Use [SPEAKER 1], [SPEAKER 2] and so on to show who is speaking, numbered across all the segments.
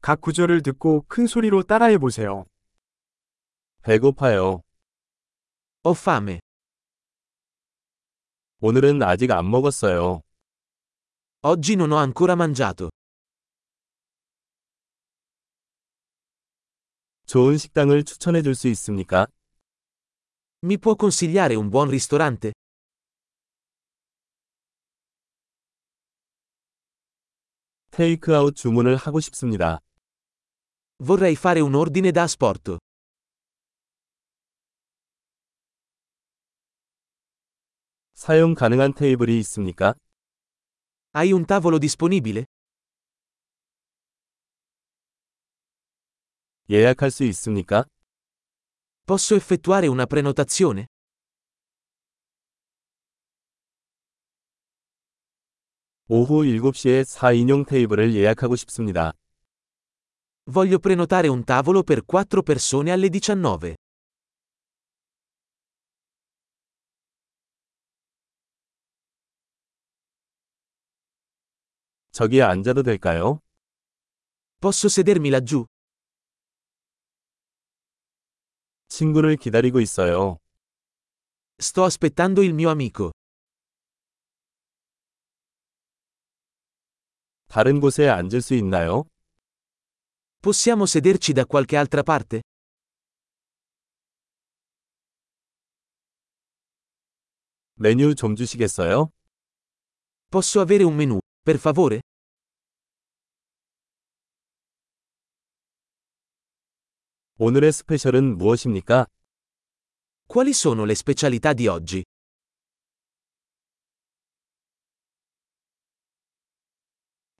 [SPEAKER 1] 각 구절을 듣고 큰 소리로 따라해 보세요.
[SPEAKER 2] 배고파요.
[SPEAKER 3] Ho fame.
[SPEAKER 2] 오늘은 아직 안 먹었어요.
[SPEAKER 3] Oggi non ho ancora mangiato.
[SPEAKER 2] 좋은 식당을 추천해 줄 수 있습니까?
[SPEAKER 3] Mi può consigliare un buon ristorante?
[SPEAKER 2] 테이크아웃 주문을 하고 싶습니다.
[SPEAKER 3] Vorrei fare un ordine da asporto.
[SPEAKER 2] 사용 가능한 테이블이 있습니까?
[SPEAKER 3] Hai un tavolo disponibile?
[SPEAKER 2] 예약할 수 있습니까?
[SPEAKER 3] Posso effettuare una prenotazione?
[SPEAKER 2] 오후 7시에 4인용 테이블을 예약하고 싶습니다.
[SPEAKER 3] Voglio prenotare un tavolo per 4 persone alle 19.
[SPEAKER 2] 저기 앉아도 될까요?
[SPEAKER 3] Posso sedermi laggiù?
[SPEAKER 2] 친구를 기다리고 있어요.
[SPEAKER 3] Sto aspettando il mio amico.
[SPEAKER 2] 다른 곳에 앉을 수 있나요?
[SPEAKER 3] Possiamo sederci da qualche altra parte?
[SPEAKER 2] 메뉴 좀 주시겠어요?
[SPEAKER 3] Posso avere un menù, per favore?
[SPEAKER 2] 오늘의 스페셜은 무엇입니까?
[SPEAKER 3] Quali sono le specialità di oggi?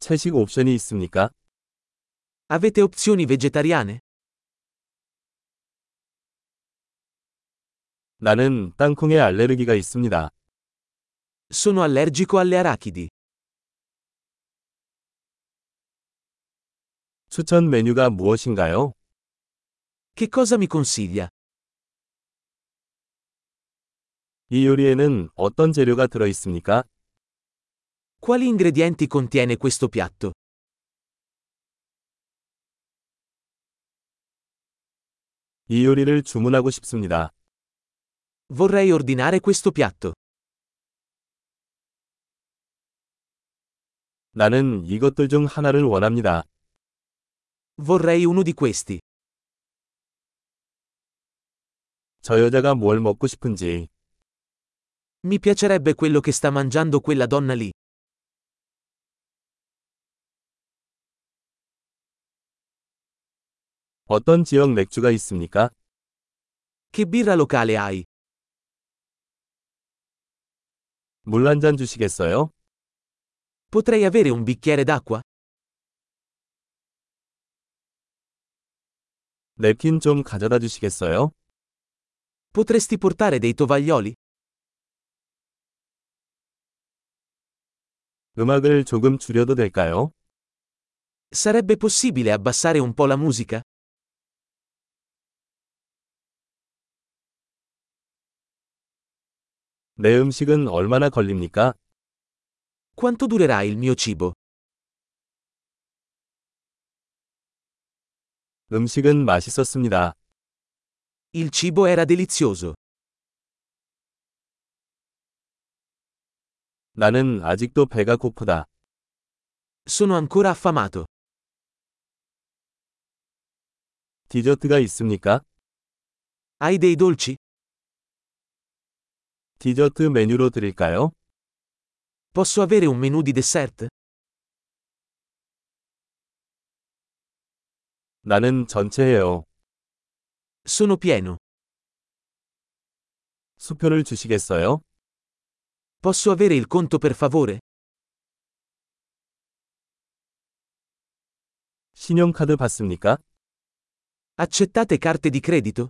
[SPEAKER 2] 채식 옵션이 있습니까?
[SPEAKER 3] Avete opzioni vegetariane?
[SPEAKER 2] 나는 땅콩에 알레르기가 있습니다.
[SPEAKER 3] Sono allergico alle arachidi.
[SPEAKER 2] 추천 메뉴가 무엇인가요?
[SPEAKER 3] Che cosa mi consiglia?
[SPEAKER 2] 이 요리에는 어떤 재료가 들어 있습니까?
[SPEAKER 3] Quali ingredienti contiene questo piatto?
[SPEAKER 2] 이 요리를 주문하고 싶습니다.
[SPEAKER 3] Vorrei ordinare questo piatto.
[SPEAKER 2] 나는 이것들 중 하나를 원합니다.
[SPEAKER 3] Vorrei uno di questi.
[SPEAKER 2] 저 여자가 뭘 먹고 싶은지,
[SPEAKER 3] Mi piacerebbe quello che sta mangiando quella donna lì.
[SPEAKER 2] 어떤 지역 맥주가 있습니까?
[SPEAKER 3] Che birra locale hai?
[SPEAKER 2] 물 한 잔 주시겠어요?
[SPEAKER 3] Potrei avere un bicchiere d'acqua?
[SPEAKER 2] 냅킨 좀 가져다 주시겠어요?
[SPEAKER 3] Potresti portare dei tovaglioli?
[SPEAKER 2] 음악을 조금 줄여도 될까요?
[SPEAKER 3] Sarebbe possibile abbassare un po' la musica?
[SPEAKER 2] 내 음식은 얼마나 걸립니까?
[SPEAKER 3] Quanto durerà il mio cibo?
[SPEAKER 2] 음식은 맛있었습니다.
[SPEAKER 3] Il cibo era delizioso.
[SPEAKER 2] 나는 아직도 배가 고프다.
[SPEAKER 3] Sono ancora affamato.
[SPEAKER 2] 디저트가 있습니까?
[SPEAKER 3] Hai dei dolci?
[SPEAKER 2] 디저트 메뉴로 드릴까요?
[SPEAKER 3] Posso avere un menù di dessert?
[SPEAKER 2] 나는 전체예요.
[SPEAKER 3] Sono pieno.
[SPEAKER 2] 수표를 주시겠어요?
[SPEAKER 3] Posso avere il conto per favore?
[SPEAKER 2] 신용카드 받습니까?
[SPEAKER 3] Accettate carte di credito?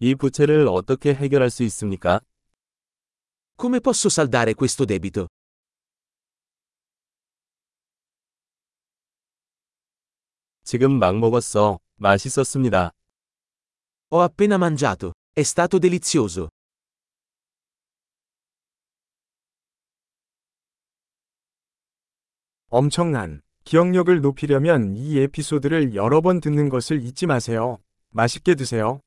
[SPEAKER 2] 이 부채를 어떻게 해결할 수 있습니까?
[SPEAKER 3] Come posso saldare questo debito?
[SPEAKER 2] 지금 막 먹었어. 맛있었습니다.
[SPEAKER 3] Ho appena mangiato. È stato delizioso.
[SPEAKER 1] 엄청난 기억력을 높이려면 이 에피소드를 여러 번 듣는 것을 잊지 마세요. 맛있게 드세요.